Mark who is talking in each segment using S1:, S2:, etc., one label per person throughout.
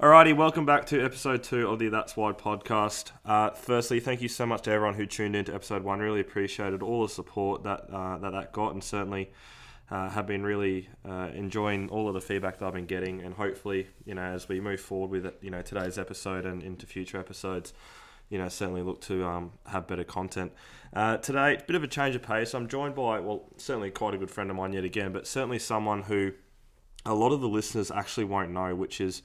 S1: Alrighty, welcome back to episode two of the That's Why podcast. Uh, firstly, thank you so much to everyone who tuned in to episode one. Really appreciated all the support that uh, that, that got, and certainly uh, have been really uh, enjoying all of the feedback that I've been getting. And hopefully, you know, as we move forward with you know today's episode and into future episodes, you know, certainly look to um, have better content. Uh, today, bit of a change of pace. I'm joined by well, certainly quite a good friend of mine yet again, but certainly someone who a lot of the listeners actually won't know, which is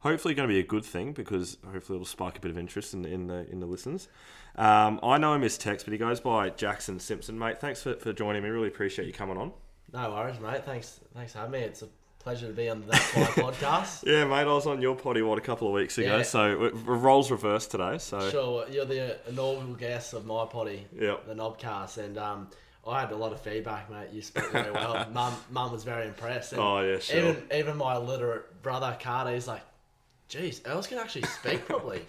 S1: hopefully going to be a good thing because hopefully it'll spark a bit of interest in, in the in the listeners. Um, I know him as Tex, but he goes by Jackson Simpson, mate. Thanks for, for joining me. Really appreciate you coming on.
S2: No worries, mate. Thanks, thanks for having me. It's a pleasure to be on the That's Why podcast.
S1: Yeah, mate. I was on your potty what a couple of weeks ago,
S2: Yeah.
S1: so it, roles reversed today. So
S2: Sure, you're the inaugural guest of my potty,
S1: yeah,
S2: the Knobcast, and um, I had a lot of feedback, mate. You spoke very well. mum, mum was very impressed. And
S1: Oh, yeah, sure.
S2: Even even my illiterate brother Carter, he's like, "Geez, Ellis can actually speak properly."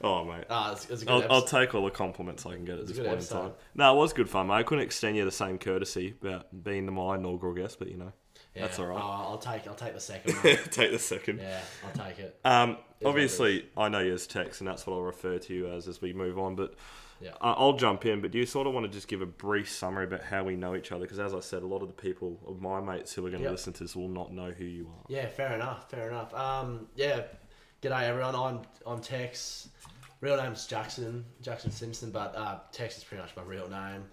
S1: oh mate.
S2: Ah, it's, it's a good
S1: I'll,
S2: episode.
S1: I'll take all the compliments I can get at this
S2: a good
S1: point
S2: episode.
S1: in time. No, it was good fun, mate. I couldn't extend you the same courtesy about being my inaugural guest, but you know,
S2: Yeah.
S1: that's all
S2: Oh,
S1: right.
S2: I'll take, I'll take the second one.
S1: Take the second.
S2: yeah, I'll take it.
S1: Um, obviously, I know you as Tex, and that's what I'll refer to you as as we move on. But
S2: Yeah.
S1: I I'll jump in. But do you sort of want to just give a brief summary about how we know each other? Because as I said, a lot of the people of my mates who are going to
S2: Yep.
S1: listen to this will not know who you are.
S2: Yeah, fair enough. Fair enough. Um, yeah, g'day everyone. I'm I'm Tex. Real name's Jackson Jackson Simpson, but uh, Tex is pretty much my real name.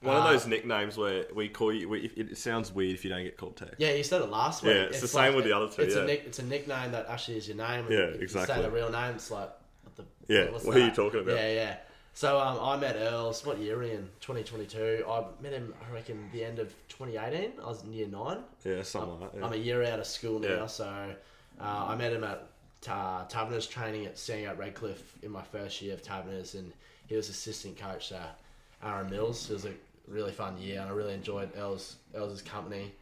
S1: One of
S2: Uh,
S1: those nicknames where we call you. We, it sounds weird if you don't get called Tex.
S2: Yeah, you said it last week.
S1: Yeah, it's the same with the other two,
S2: It's
S1: yeah.
S2: a nick, it's a nickname that actually is your name.
S1: Yeah,
S2: If You
S1: exactly.
S2: say the real name, it's like what the
S1: Yeah, what are you talking about?
S2: Yeah, yeah. So um, I met Earls. What year were we in? Twenty twenty two. I met him. I reckon the end of twenty eighteen. I was in year nine.
S1: Yeah, something like that. yeah.
S2: I'm a year out of school now,
S1: Yeah.
S2: so uh, I met him at uh, Taverners training at Sandgate Redcliffe in my first year of Taverners, and he was assistant coach uh, Aaron Mills. It was a really fun year, and I really enjoyed Els Els's company.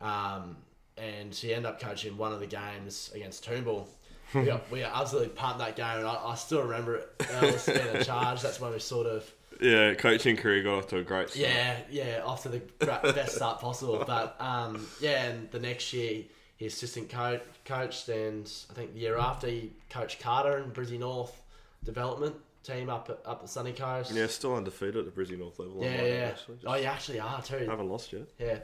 S2: Um, and she ended up coaching one of the games against Toombul. We got, we got absolutely pumped that game, and I, I still remember it. Els being a charge. That's when we sort of
S1: Yeah, coaching career got off to a great start.
S2: yeah, yeah, after the gra- best start possible. But um, yeah, and the next year he assistant coach coached, and I think the year after he coached Carter and Brizzy North development team up at- up the sunny coast.
S1: Yeah, still undefeated at the Brisbane North level. I
S2: yeah,
S1: might add,
S2: yeah.
S1: actually. Um, Just
S2: Oh, you actually are too.
S1: Haven't lost yet.
S2: Yeah,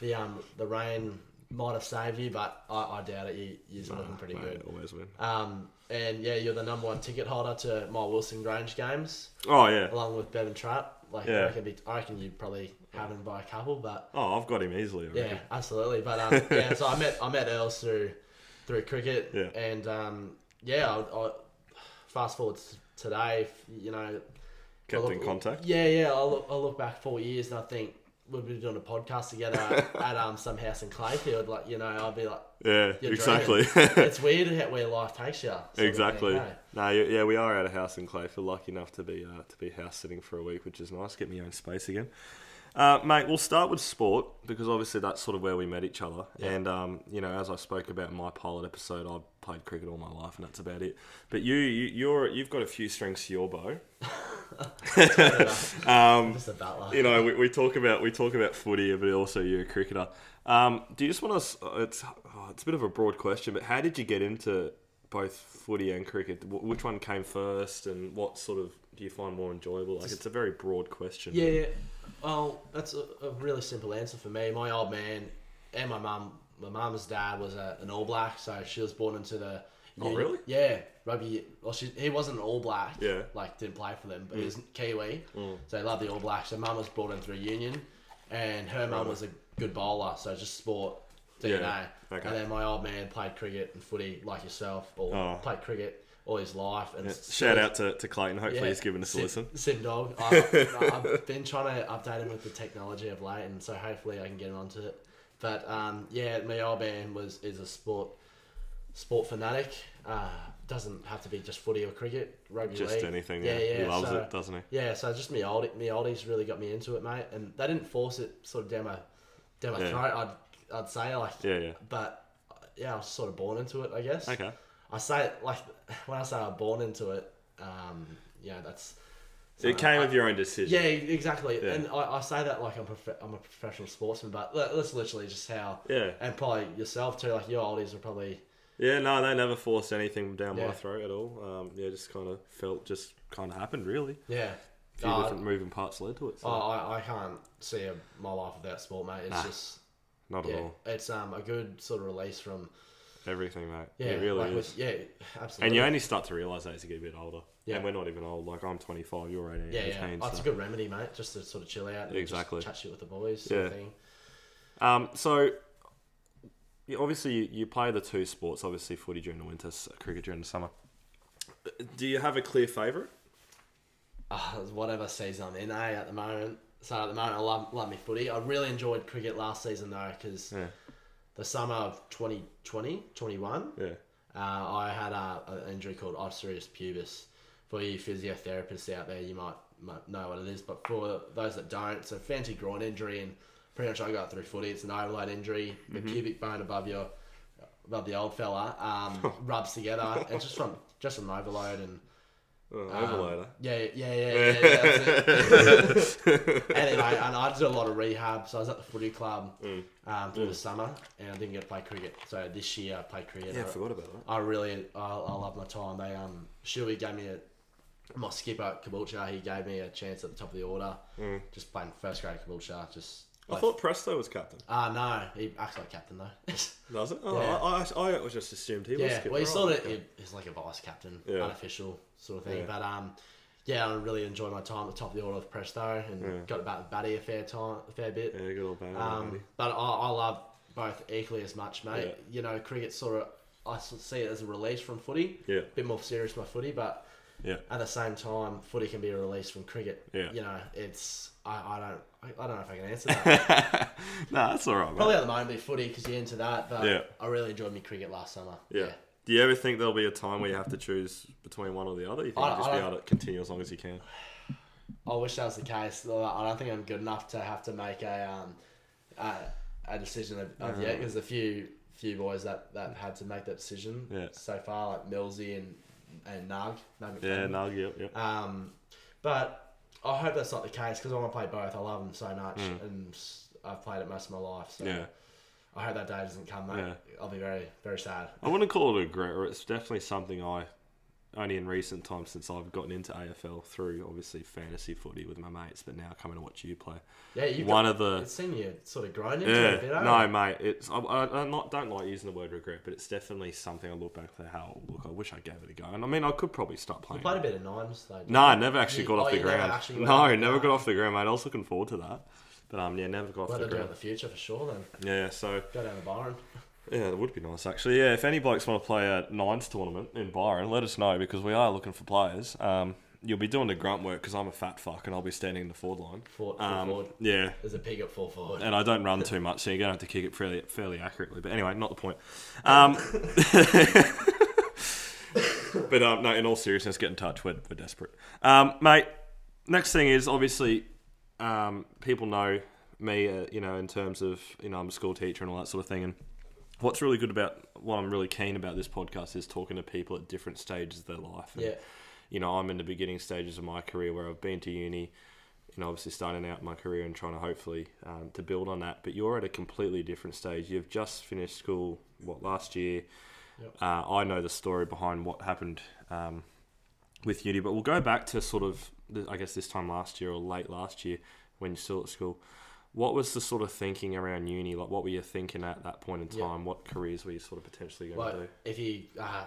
S2: the um the rain might have saved you, but I, I doubt it. You you're looking pretty
S1: Mate,
S2: good.
S1: Always win.
S2: Um, and yeah, you're the number one ticket holder to my Wilson Grange games,
S1: Oh yeah.
S2: along with Bevan Trapp. Like
S1: Yeah.
S2: I reckon, be, I reckon you probably have him by a couple, but
S1: Oh, I've got him easily. I
S2: Yeah,
S1: reckon.
S2: absolutely. But um, yeah, so I met I met Earls through through cricket,
S1: Yeah.
S2: and um, yeah, I, I fast forward to today, you know, I
S1: Kept
S2: look-
S1: in contact.
S2: Yeah, yeah. I look, I look back four years and I think we'll be doing a podcast together at um some house in Clayfield. Like you know, I'll be like,
S1: Yeah,
S2: You're
S1: exactly.
S2: it's weird how, where life takes you. sort of thing,
S1: exactly.
S2: eh?
S1: No, you- yeah, we are at a house in Clayfield. Lucky enough to be uh, to be house sitting for a week, which is nice. Get me own space again. Uh, mate, we'll start with sport because obviously that's sort of where we met each other. And um, you know, as I spoke about in my pilot episode, I've played cricket all my life, and that's about it. But you, you you're you've got a few strings to your bow.
S2: I'm just a battler.
S1: you know, we, we talk about we talk about footy, but also you're a cricketer. Um, do you just want us? It's oh, it's a bit of a broad question, but how did you get into both footy and cricket? Wh- Which one came first, and what sort of do you find more enjoyable? Like, it's a very broad question.
S2: Yeah, yeah. Well, that's a, a really simple answer for me. My old man and my mum, my mum's dad was a, an All Black, so she was born into the.
S1: Oh, really?
S2: Yeah, rugby. Well, she, he wasn't an All Black.
S1: Yeah. Mm.
S2: Like, didn't play for them, but he was Kiwi. So he loved the All Blacks. So mum was brought in through union, and her mum was a good bowler, so just sport DNA.
S1: Yeah, okay.
S2: And then my old man played cricket and footy like yourself, or
S1: Oh.
S2: played cricket all his life. And
S1: Shout out to, to Clayton. Hopefully,
S2: yeah,
S1: he's given us a
S2: Sim-
S1: listen.
S2: Sim Dog. I, I've been trying to update him with the technology of late, and so hopefully I can get him onto it. But um, yeah, my old man was is a sport sport fanatic. Uh, doesn't have to be just footy or cricket, rugby
S1: Just
S2: league.
S1: anything. Yeah, he loves
S2: so-
S1: it, doesn't he?
S2: Yeah, so just me old me oldies really got me into it, mate. And they didn't force it sort of down my down my
S1: Yeah.
S2: throat. I'd I'd say like,
S1: Yeah, yeah.
S2: but uh, yeah, I was sort of born into it, I guess.
S1: Okay.
S2: I say it like when I say I was born into it, um, you know, that's
S1: it came of your own decision.
S2: yeah, exactly.
S1: Yeah.
S2: And I, I say that like I'm prof- I'm a professional sportsman, but that- that's literally just how
S1: Yeah.
S2: and probably yourself too. Like your oldies are probably
S1: Yeah, no, they never forced anything down my
S2: Yeah.
S1: throat at all. Um, yeah, just kind of felt, just kind of happened, really.
S2: Yeah.
S1: A few
S2: Oh,
S1: different moving parts led to it. So.
S2: oh, I, I can't see a, my life without sport, mate. It's just
S1: Not at
S2: yeah,
S1: all.
S2: it's um a good sort of release from
S1: Everything, mate.
S2: yeah,
S1: it really
S2: like
S1: is.
S2: with- yeah, absolutely.
S1: And you only start to realise that as you get a bit older.
S2: Yeah.
S1: And we're not even old. Like, I'm 25, you're 18,
S2: yeah, yeah.
S1: 18.
S2: Oh, it's
S1: so.
S2: a good remedy, mate. Just to sort of chill out, and just
S1: Exactly.
S2: chat shit with the boys, sort of
S1: Yeah.
S2: thing.
S1: Um, so, you- obviously, you, you play the two sports, obviously, footy during the winter, s- cricket during the summer. Do you have a clear favourite?
S2: Ah, it's whatever season I'm in, eh? At the moment, so at the moment I love love me footy. I really enjoyed cricket last season though, because
S1: Yeah.
S2: the summer of 2020, 21,
S1: Yeah.
S2: Uh, I had a, an injury called osseous pubis. For you physiotherapists out there, you might, might know what it is, but for those that don't, it's a fancy groin injury, and pretty much I got through footy. It's an overload injury. The pubic bone above your above the old fella um, rubs together. It's just from just from overload and
S1: Oh,
S2: um,
S1: overloader.
S2: Yeah, yeah, yeah, yeah. yeah, yeah that's it anyway, and I did a lot of rehab, so I was at the footy club
S1: Mm.
S2: um, through the summer, and I didn't get to play cricket. So this year I played cricket.
S1: Yeah, I
S2: I-
S1: forgot about that.
S2: I really, I, I love my time. They um, Shuey gave me a my skipper Caboolture. He gave me a chance at the top of the order, just playing first grade Caboolture. Just
S1: Mm. I thought Presto was captain.
S2: ah no, he acts like captain though.
S1: Does it? Oh,
S2: Yeah.
S1: I, I, I just assumed he was.
S2: yeah,
S1: skipper.
S2: well he sort
S1: Right,
S2: of
S1: okay.
S2: he, he's like a vice captain,
S1: Yeah.
S2: unofficial sort of thing.
S1: Yeah.
S2: But um, yeah, I really enjoyed my time at the top of the order with Presto, and got about the batty a fair time, a fair bit.
S1: Yeah, good old Bang.
S2: Um, but I, I love both equally as much, mate.
S1: Yeah.
S2: You know, cricket sort of I sort of see it as a release from footy.
S1: Yeah.
S2: bit more serious my footy, but
S1: yeah.
S2: at the same time, footy can be a release from cricket.
S1: Yeah.
S2: you know, it's I, I don't I, I don't know if I can answer that.
S1: Nah, that's all right, mate.
S2: Probably at the moment be footy because you're into that, but
S1: Yeah.
S2: I really enjoyed my cricket last summer.
S1: yeah. Do you ever think there'll be a time where you have to choose between one or the other? You think
S2: I-
S1: you'll just
S2: I
S1: be
S2: don't-
S1: able to continue as long as you can?
S2: I wish that was the case. I don't think I'm good enough to have to make a um, a, a decision of, of
S1: Uh-huh.
S2: yet because a few few boys that that have had to make that decision
S1: Yeah.
S2: so far, like Millsy and and Nug. Nug
S1: Yeah,
S2: McClellan.
S1: no, yep, yep.
S2: Um, but I hope that's not the case because I want to play both. I love them so much, and s- I've played it most of my life. So
S1: Mm. Yeah.
S2: I hope that day doesn't come. Mate.
S1: Yeah.
S2: I'll be very very sad.
S1: I wouldn't call it a regret, or it's definitely something I only in recent times since I've gotten into AFL through obviously fantasy footy with my mates, but now coming to watch you play.
S2: Yeah, you've
S1: One
S2: got,
S1: of the
S2: it's seen you sort of grown into it a bit.
S1: yeah,
S2: eh?
S1: no, mate. It's I, I, I'm not don't like using the word regret, but it's definitely something I look back at how look. I wish I gave it a go, and I mean I could probably start
S2: You
S1: playing.
S2: played a bit of nines though. didn't
S1: No, I
S2: you?
S1: never actually
S2: You-
S1: got
S2: oh,
S1: off the
S2: you never
S1: ground.
S2: actually went
S1: no,
S2: out?
S1: never
S2: No.
S1: got off the ground, mate. I was looking forward to that, but um, yeah, never got off
S2: Well,
S1: the
S2: they'll do it in
S1: ground.
S2: the future for sure. Then
S1: Yeah, so
S2: go down to Byron.
S1: yeah, that would be nice actually. Yeah, if any blokes want to play a nines tournament in Byron, let us know because we are looking for players. Um, you'll be doing the grunt work because I'm a fat fuck and I'll be standing in the forward line.
S2: Four, four
S1: Um,
S2: forward.
S1: yeah,
S2: There's a pig at four forward.
S1: and I don't run too much, so you're gonna have to kick it fairly fairly accurately. But anyway, not the point. Um, but um, no, in all seriousness, get in touch. We're, we're desperate, um, mate. Next thing is obviously um, people know me, uh, you know, in terms of you know I'm a school teacher and all that sort of thing. And what's really good about what I'm really keen about this podcast is talking to people at different stages of their life. And,
S2: Yeah.
S1: You know, I'm in the beginning stages of my career where I've been to uni, you know, obviously starting out my career and trying to hopefully um, to build on that. But you're at a completely different stage. You've just finished school, what last year.
S2: Yep.
S1: Uh, I know the story behind what happened um, with uni, but we'll go back to sort of th- I guess this time last year or late last year when you're still at school. What was the sort of thinking around uni? Like, what were you thinking at that point in
S2: Yeah.
S1: time? What careers were you sort of potentially going
S2: Like
S1: to do?
S2: if you uh,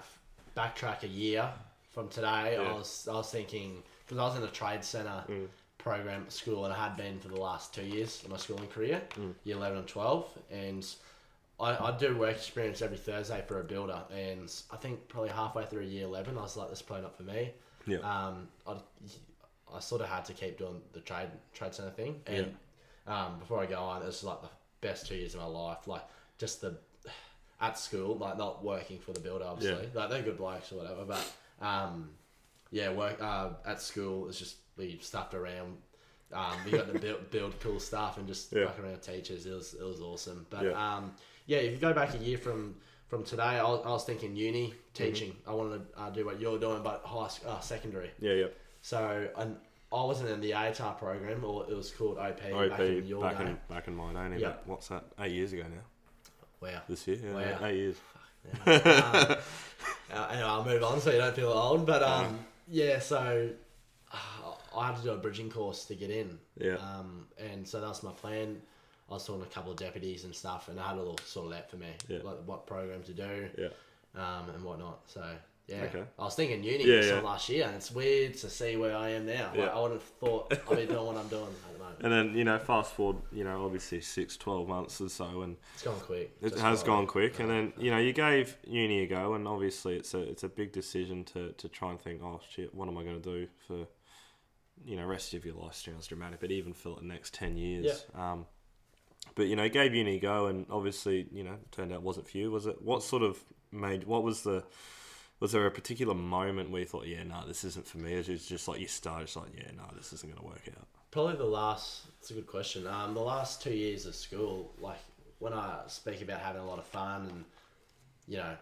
S2: backtrack a year from today,
S1: Yeah.
S2: I was I was thinking because I was in a trade center program at school and I had been for the last two years of my schooling career, year eleven and twelve, and I, I do work experience every Thursday for a builder, and I think probably halfway through year eleven, I was like, "This is probably not for me."
S1: Yeah.
S2: Um, I, I sort of had to keep doing the trade trade center thing, and um, before I go on, it was like the best two years of my life. Like just the at school, like not working for the builder, obviously. Like they're good blokes or whatever, but um, yeah, work uh, at school is just we stuffed around. Um, we got to build, build cool stuff and just
S1: Yeah.
S2: fuck around teachers. It was it was awesome. But
S1: Yeah.
S2: um, yeah, if you go back a year from from today, I was, I was thinking uni teaching.
S1: Mm-hmm.
S2: I wanted to uh, do what you're doing, but high sc- uh, secondary.
S1: Yeah, yeah.
S2: So and I wasn't in the ATAR program, or it was called OP,
S1: OP
S2: back in your
S1: back
S2: day.
S1: in back in mine only.
S2: Yeah.
S1: but What's that? Eight years ago now.
S2: wow.
S1: This year, yeah,
S2: Wow.
S1: eight years.
S2: Yeah. um, uh, anyway, I'll move on so you don't feel old. But um, yeah, so uh, I had to do a bridging course to get in.
S1: Yeah.
S2: Um, and so that was my plan. I was talking to a couple of deputies and stuff, and I had a little sort of that for me,
S1: Yeah.
S2: like what program to do,
S1: Yeah.
S2: um, and whatnot. So yeah,
S1: Okay.
S2: I was thinking uni
S1: Yeah,
S2: sort of
S1: yeah.
S2: last year, and it's weird to see where I am now.
S1: Yeah.
S2: Like, I would have thought I'd be doing what I'm doing at the moment.
S1: And then, you know, fast forward, you know, obviously six, 12 months or so, and
S2: It's gone quick.
S1: it
S2: Just
S1: has
S2: like-
S1: gone quick. And then, you know, you gave uni a go, and obviously it's a, it's a big decision to, to try and think, oh, shit, what am I going to do for, you know, rest of your life sounds dramatic, but even for the next 10 years. Um, but, you know, you gave uni a go, and obviously, you know, it turned out it wasn't for you, was it? What sort of made, what was the, was there a particular moment where you thought, yeah, no, this isn't for me? It's just- just like you started, it's like, yeah, no, this isn't going to work out.
S2: Probably the last. It's a good question. Um, the last two years of school, like when I speak about having a lot of fun and you know,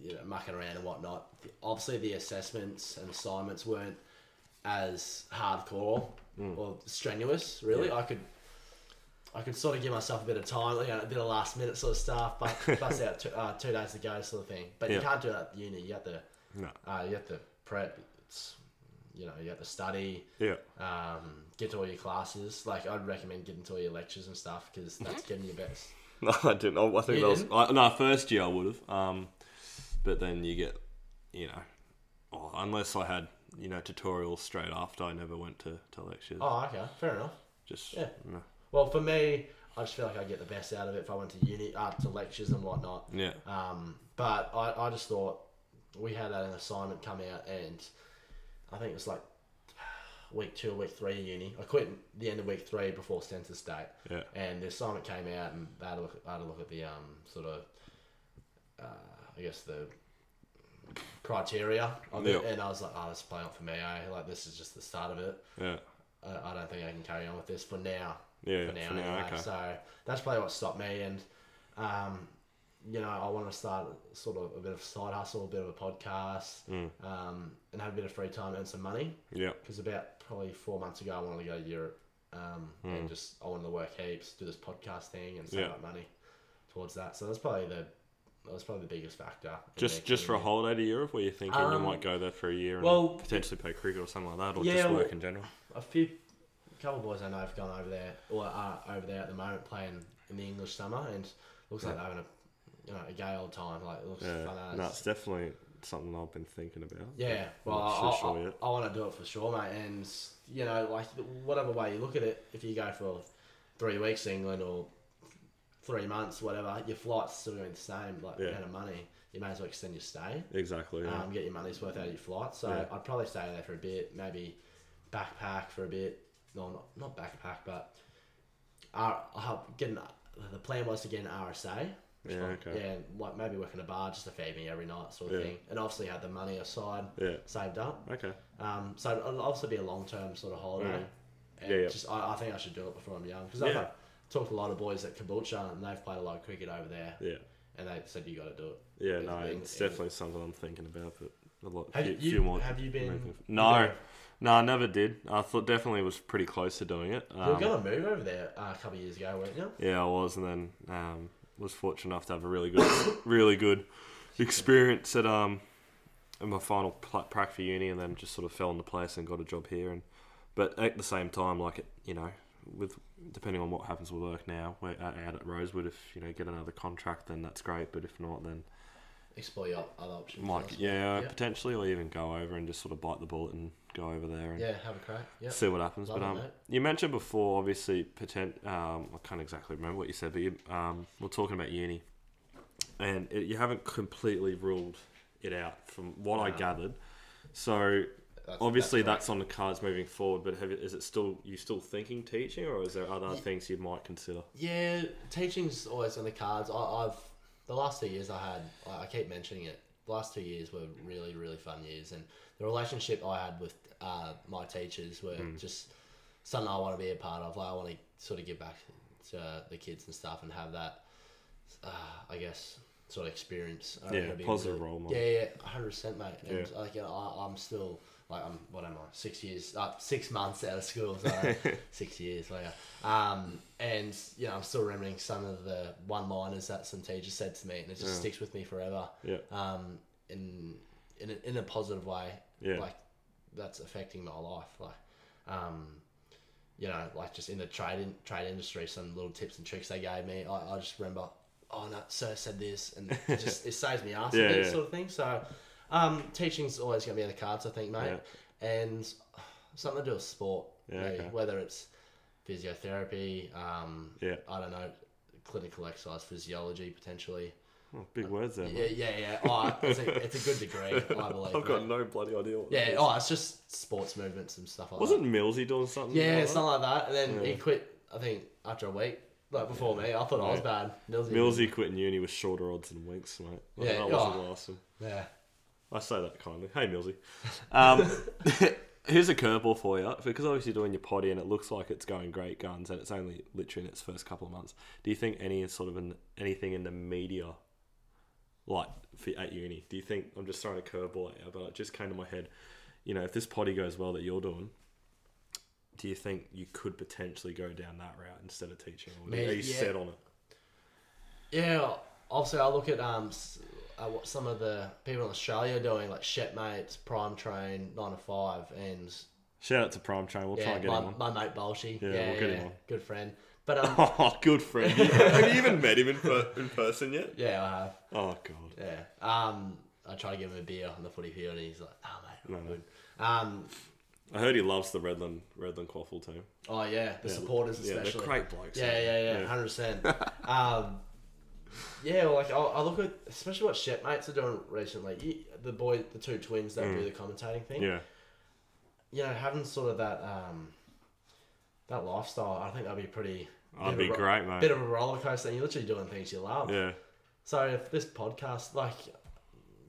S2: you know, mucking around and whatnot. Obviously, the assessments and assignments weren't as hardcore
S1: Hmm.
S2: or strenuous. Really, I could. I could sort of give myself a bit of time, you know, a bit of last minute sort of stuff, but bust out two, uh, two days to go sort of thing. But you
S1: Yeah.
S2: can't do that at uni. You have to,
S1: No.
S2: uh, you have to prep. It's, you know, you have to study
S1: Yeah.
S2: um, get to all your classes. Like I'd recommend getting to all your lectures and stuff because that's getting your best.
S1: No, I didn't. I I think
S2: You
S1: that was
S2: didn't?
S1: I, no first year I would have. Um, but then you get, you know, oh, unless I had you know tutorials straight after, I never went to to lectures.
S2: Oh, okay, fair enough.
S1: Just
S2: yeah.
S1: no.
S2: Well, for me, I just feel like I get the best out of it if I went to uni, uh, to lectures and whatnot.
S1: yeah,
S2: Um, but I, I just thought we had an assignment come out, and I think it was like week two or week three of uni. I quit the end of week three before census date.
S1: Yeah.
S2: And the assignment came out, and I had a look, I had a look at the um, sort of, uh, I guess, the criteria of it.
S1: Yeah.
S2: And I was like, oh, this is playing up for me. Eh? Like, this is just the start of it.
S1: yeah,
S2: I, I don't think I can carry on with this for now
S1: yeah.
S2: for now. anyway.
S1: okay.
S2: So that's probably what stopped me. And, um, you know, I want to start sort of a bit of a side hustle, a bit of a podcast,
S1: Mm.
S2: um, and have a bit of free time, earn some money.
S1: yeah,
S2: Because about probably four months ago, I wanted to go to Europe um, and just, I wanted to work heaps, do this podcast thing and save
S1: Hmm. Yeah.
S2: up money towards that. So that's probably the, that was probably the biggest factor. in
S1: just
S2: me
S1: just for a
S2: coming
S1: holiday to Europe, where you're thinking you
S2: Um,
S1: might go there for a year and
S2: well-
S1: potentially play cricket or something like that, or
S2: Yeah,
S1: just work
S2: well-
S1: in general.
S2: a few a couple of boys I know have gone over there or are over there at the moment playing in the English summer and it looks like they're having a you know a gay old time like it looks
S1: Yeah,
S2: fun as
S1: no, it's definitely something I've been thinking about.
S2: yeah
S1: I'm
S2: well
S1: not
S2: I,
S1: too sure
S2: I,
S1: yet.
S2: I, want to do it for sure mate and you know like whatever way you look at it if you go for three weeks to England or three months whatever your flight's still going to be the same like
S1: Yeah.
S2: amount of money you may as well extend your stay
S1: Exactly. Yeah.
S2: um, get your money's worth out of your flight. So
S1: Yeah.
S2: I'd probably stay there for a bit, maybe backpack for a bit. No, not, not backpack, but R, uh, getting the plan was to get an RSA. which
S1: Yeah,
S2: like-
S1: okay.
S2: Yeah, like maybe working a bar just to feed me every night, sort of
S1: Yeah.
S2: thing. And obviously had the money aside
S1: yeah.
S2: saved up.
S1: Okay.
S2: Um, so it'll obviously be a long term sort of holiday.
S1: Mm.
S2: And
S1: Yeah, yeah.
S2: just I, I think I should do it before I'm young because
S1: Yeah.
S2: I've talked to a lot of boys at Caboolture and they've played a lot of cricket over there,
S1: Yeah.
S2: and they said you got to do it.
S1: Yeah,
S2: It's
S1: no,
S2: been-
S1: it's definitely something I'm thinking about, but a lot
S2: Have
S1: few,
S2: you-
S1: few more.
S2: have you been-
S1: making-
S2: you
S1: No,
S2: been-
S1: no, I never did. I thought definitely was pretty close to doing it.
S2: You were
S1: Um,
S2: gonna move over there uh, a couple of years ago, weren't you?
S1: yeah, I was, and then um, was fortunate enough to have a really good, really good experience at um, in my final pl- prac for uni, and then just sort of fell into place and got a job here. And but at the same time, like it, you know, with depending on what happens with work now, we're out out at Rosewood. If you know get another contract, then that's great. But if not, then
S2: explore your other options.
S1: Like,
S2: elsewhere.
S1: yeah,
S2: Yeah.
S1: potentially, or even go over and just sort of bite the bullet and go over there and
S2: Yeah, have a crack. Yeah.
S1: see what happens.
S2: Love
S1: but
S2: it,
S1: um,
S2: mate.
S1: you mentioned before, obviously, potent. Um, I can't exactly remember what you said, but you, um, we're talking about uni, and it, you haven't completely ruled it out from what I
S2: No.
S1: gathered. So
S2: That's-
S1: obviously,
S2: that's
S1: that's, on the cards moving forward. But have, you- is it still you still thinking teaching, or is there other things you might consider?
S2: right. Yeah, teaching's always on the cards. I, I've the last two years I had. I, I keep mentioning it. The last two years were really really fun years, and the relationship I had with uh, my teachers were
S1: Mm.
S2: just something I want to be a part of. Like I want to sort of give back to the kids and stuff, and have that. Uh, I guess sort of experience. I
S1: Yeah,
S2: reckon it'd be
S1: positive
S2: really-
S1: role model.
S2: Yeah, yeah, hundred percent, mate. And
S1: Yeah.
S2: like, you know, I, I'm still like I'm what am I? Six years, uh, six months out of school. Sorry, six years later. Um, and you know, I'm still remembering some of the one-liners that some teachers said to me, and it just
S1: Yeah.
S2: sticks with me forever.
S1: Yeah.
S2: Um, in in a, in a positive way.
S1: Yeah.
S2: Like that's affecting my life. Like, um, you know, like just in the trade in, trade industry, some little tips and tricks they gave me. I, I just remember, oh no, sir said this, and it just it saves me ass
S1: Yeah,
S2: a bit,
S1: yeah.
S2: sort of thing. So, um, teaching's always going to be in the cards, I think, mate. And something to do with sport,
S1: Yeah,
S2: maybe,
S1: okay.
S2: whether it's physiotherapy, um,
S1: Yeah.
S2: I don't know, clinical exercise physiology potentially.
S1: Oh, big words there.
S2: uh, Yeah,
S1: mate.
S2: yeah, yeah. Oh, it's, a, it's a good degree, I believe.
S1: I've got
S2: mate.
S1: no bloody idea. What that
S2: Yeah,
S1: is.
S2: oh, it's just sports movements and stuff like that.
S1: Wasn't Millsy doing something?
S2: Yeah,
S1: like
S2: it's something like that. And then
S1: Yeah.
S2: he quit. I think after a week, like before me, I thought I was bad. Millsy.
S1: Millsy quitting uni with shorter odds and winks, mate. Like,
S2: Yeah,
S1: that wasn't
S2: oh.
S1: awesome.
S2: Yeah.
S1: I say that kindly. Hey, Millsy. Um, here's a curveball for you because obviously you're doing your potty and it looks like it's going great guns and it's only literally in its first couple of months. Do you think any sort of an, anything in the media, like for, at uni, do you think I'm just throwing a curveball at you? But it just came to my head. You know, if this potty goes well that you're doing. Do you think you could potentially go down that route instead of teaching? Or
S2: Me-
S1: are you
S2: yeah.
S1: set on it?
S2: Yeah. Also, I look at um s- uh, what some of the people in Australia are doing, like Shepmates, Prime Train, Nine to Five, and
S1: Shout out to Prime Train. We'll try
S2: yeah,
S1: and get
S2: my,
S1: him on.
S2: my mate Bolshy.
S1: Yeah,
S2: Yeah,
S1: we'll get him
S2: yeah,
S1: on.
S2: good friend. But um,
S1: Oh, good friend. Have you even met him in, per- in person yet?
S2: yeah, I have.
S1: Oh, God.
S2: Yeah. Um, I try to give him a beer on the footy field, and he's like, "Oh mate, I'm
S1: No.
S2: good." Um,
S1: I heard he loves the Redland Redland Quaffle team.
S2: oh yeah, the supporters
S1: Yeah,
S2: especially.
S1: they're great blokes.
S2: Yeah, yeah, yeah,
S1: Yeah.
S2: hundred percent. Um, yeah, well, like I, I look at especially what shipmates are doing recently. You, the boy, the two twins that do the commentating
S1: Mm.
S2: thing.
S1: Yeah.
S2: You know, having sort of that um, that lifestyle, I think that'd be pretty.
S1: That'd
S2: bit of
S1: be
S2: a ro-
S1: great, mate.
S2: Bit of a roller coaster. and You're literally doing things you love.
S1: Yeah.
S2: So if this podcast, like,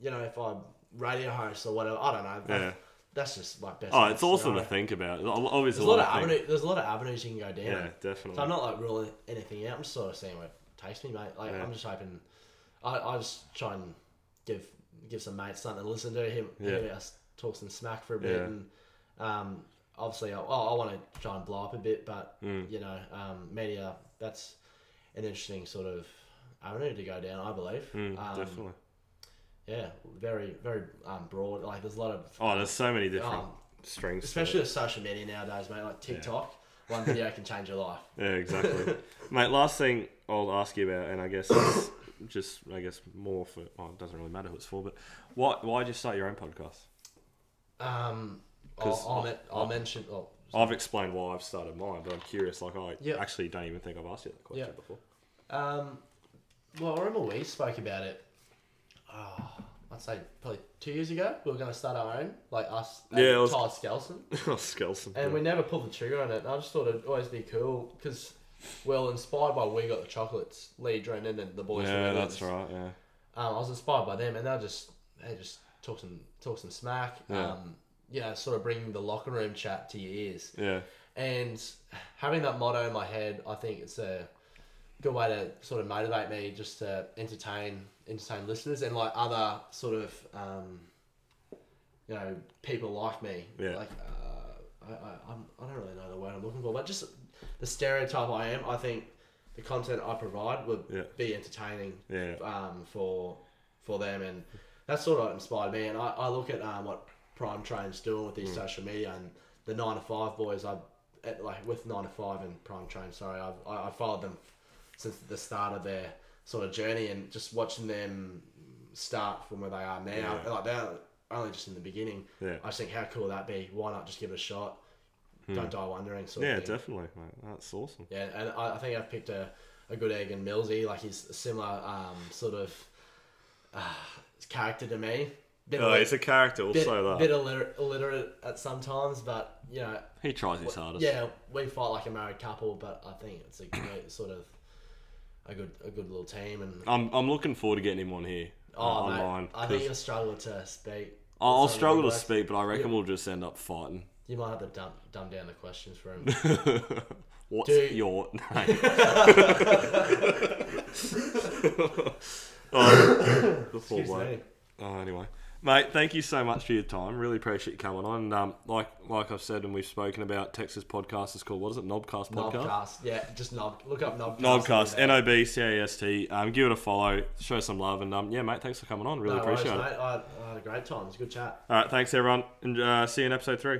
S2: you know, if I'm radio host or whatever, I don't know. that-
S1: Yeah.
S2: That's just like best.
S1: Oh,
S2: case
S1: it's awesome to
S2: scenario.
S1: think about. Ob- Obviously,
S2: There's a lot of
S1: things-
S2: avenue, There's a lot of avenues you can go down.
S1: Yeah, definitely.
S2: So I'm not like ruling anything out. I'm just sort of seeing where it takes me, mate. Like
S1: Yeah.
S2: I'm just hoping. I, I just try and give give some mates something to listen to him.
S1: Yeah.
S2: hear us talk some smack for a bit,
S1: Yeah.
S2: and um, obviously I, oh, I want to try and blow up a bit, but
S1: Mm.
S2: you know, um, media that's an interesting sort of avenue to go down. I believe.
S1: Mm,
S2: um,
S1: definitely.
S2: Yeah, very very um, broad. Like there's a lot of
S1: Oh, there's so many different
S2: um,
S1: strings. to
S2: especially with social media nowadays, mate. Like TikTok, one video can change your life.
S1: Yeah, exactly. Mate, last thing I'll ask you about, and I guess it's just, I guess more for, well, it doesn't really matter who it's for, but why, why did you start your own podcast?
S2: Um,
S1: 'Cause
S2: I'll, I'll,
S1: I-
S2: men- I'll mention. Oh,
S1: I've explained why I've started mine, but I'm curious. Like, I
S2: Yeah.
S1: actually don't even think I've asked you that question
S2: Yeah.
S1: before.
S2: um, well, I remember we spoke about it. Oh, I'd say probably two years ago. We were going to start our own, like us, and
S1: Yeah, I was-
S2: Ty Skelson,
S1: oh, Skelson.
S2: and we never pulled the trigger on it. And I just thought it'd always be cool because, well, inspired by We Got the Chocolates, Lee Drennan and the boys. from
S1: yeah,
S2: Netherlands.
S1: that's right. Yeah.
S2: um, I was inspired by them, and they will just they just talk some talk some smack.
S1: Yeah.
S2: Um, you know, sort of bringing the locker room chat to your ears,
S1: Yeah.
S2: and having that motto in my head, I think it's a good way to sort of motivate me, just to entertain entertain listeners and like other sort of um, you know people like me.
S1: Yeah.
S2: Like uh, I, I I'm, I don't really know the word I'm looking for, but just the stereotype I am. I think the content I provide would
S1: Yeah.
S2: be entertaining
S1: Yeah.
S2: um, for for them, and that's sort of inspired me. And I, I look at um, what Prime Train's doing with
S1: Mm.
S2: these social media and the nine to five boys. I at, like with nine to five and Prime Train. Sorry, I've, I I followed them since the start of their sort of journey, and just watching them start from where they are now.
S1: Yeah.
S2: Like they're only just in the beginning.
S1: Yeah.
S2: I just think how cool would that be. Why not just give it a shot? Don't die wondering. Sort
S1: Hmm. Yeah,
S2: of thing.
S1: definitely, mate. That's awesome.
S2: Yeah, and I, I think I've picked a, a good egg in Millsy. Like he's a similar um, sort of uh, character to me. Bit,
S1: Oh,
S2: illi-
S1: he's a character, we'll
S2: bit,
S1: say that.
S2: bit illiterate, illiterate at some times, but you know,
S1: he tries his hardest.
S2: yeah, we fight like a married couple. But I think it's a great sort of a good a good little team. And
S1: I'm, I'm looking forward to getting him on here.
S2: oh,
S1: uh,
S2: mate,
S1: online.
S2: I think
S1: 'cause
S2: you'll struggle to speak.
S1: I'll, I'll
S2: Sorry,
S1: struggle to
S2: guys.
S1: speak, but I reckon we'll just end up fighting.
S2: You might have to dumb, dumb down the questions for him.
S1: What's
S2: Dude.
S1: your name? oh, the poor
S2: Excuse
S1: bloke.
S2: me.
S1: Oh, anyway, mate, thank you so much for your time. Really appreciate you coming on. Um, like like I've said and we've spoken about, Texas podcast is called what is it? Knobcast podcast.
S2: Knobcast. Yeah, just knob. Look up knobcast.
S1: Knobcast.
S2: Yeah.
S1: N O B C A S T. Um, give it a follow. Show some love and um, yeah, mate, thanks for coming on. Really
S2: No worries,
S1: appreciate it.
S2: mate. I, I had a great time. It was a good chat.
S1: All right, thanks everyone, and uh, see you in episode three.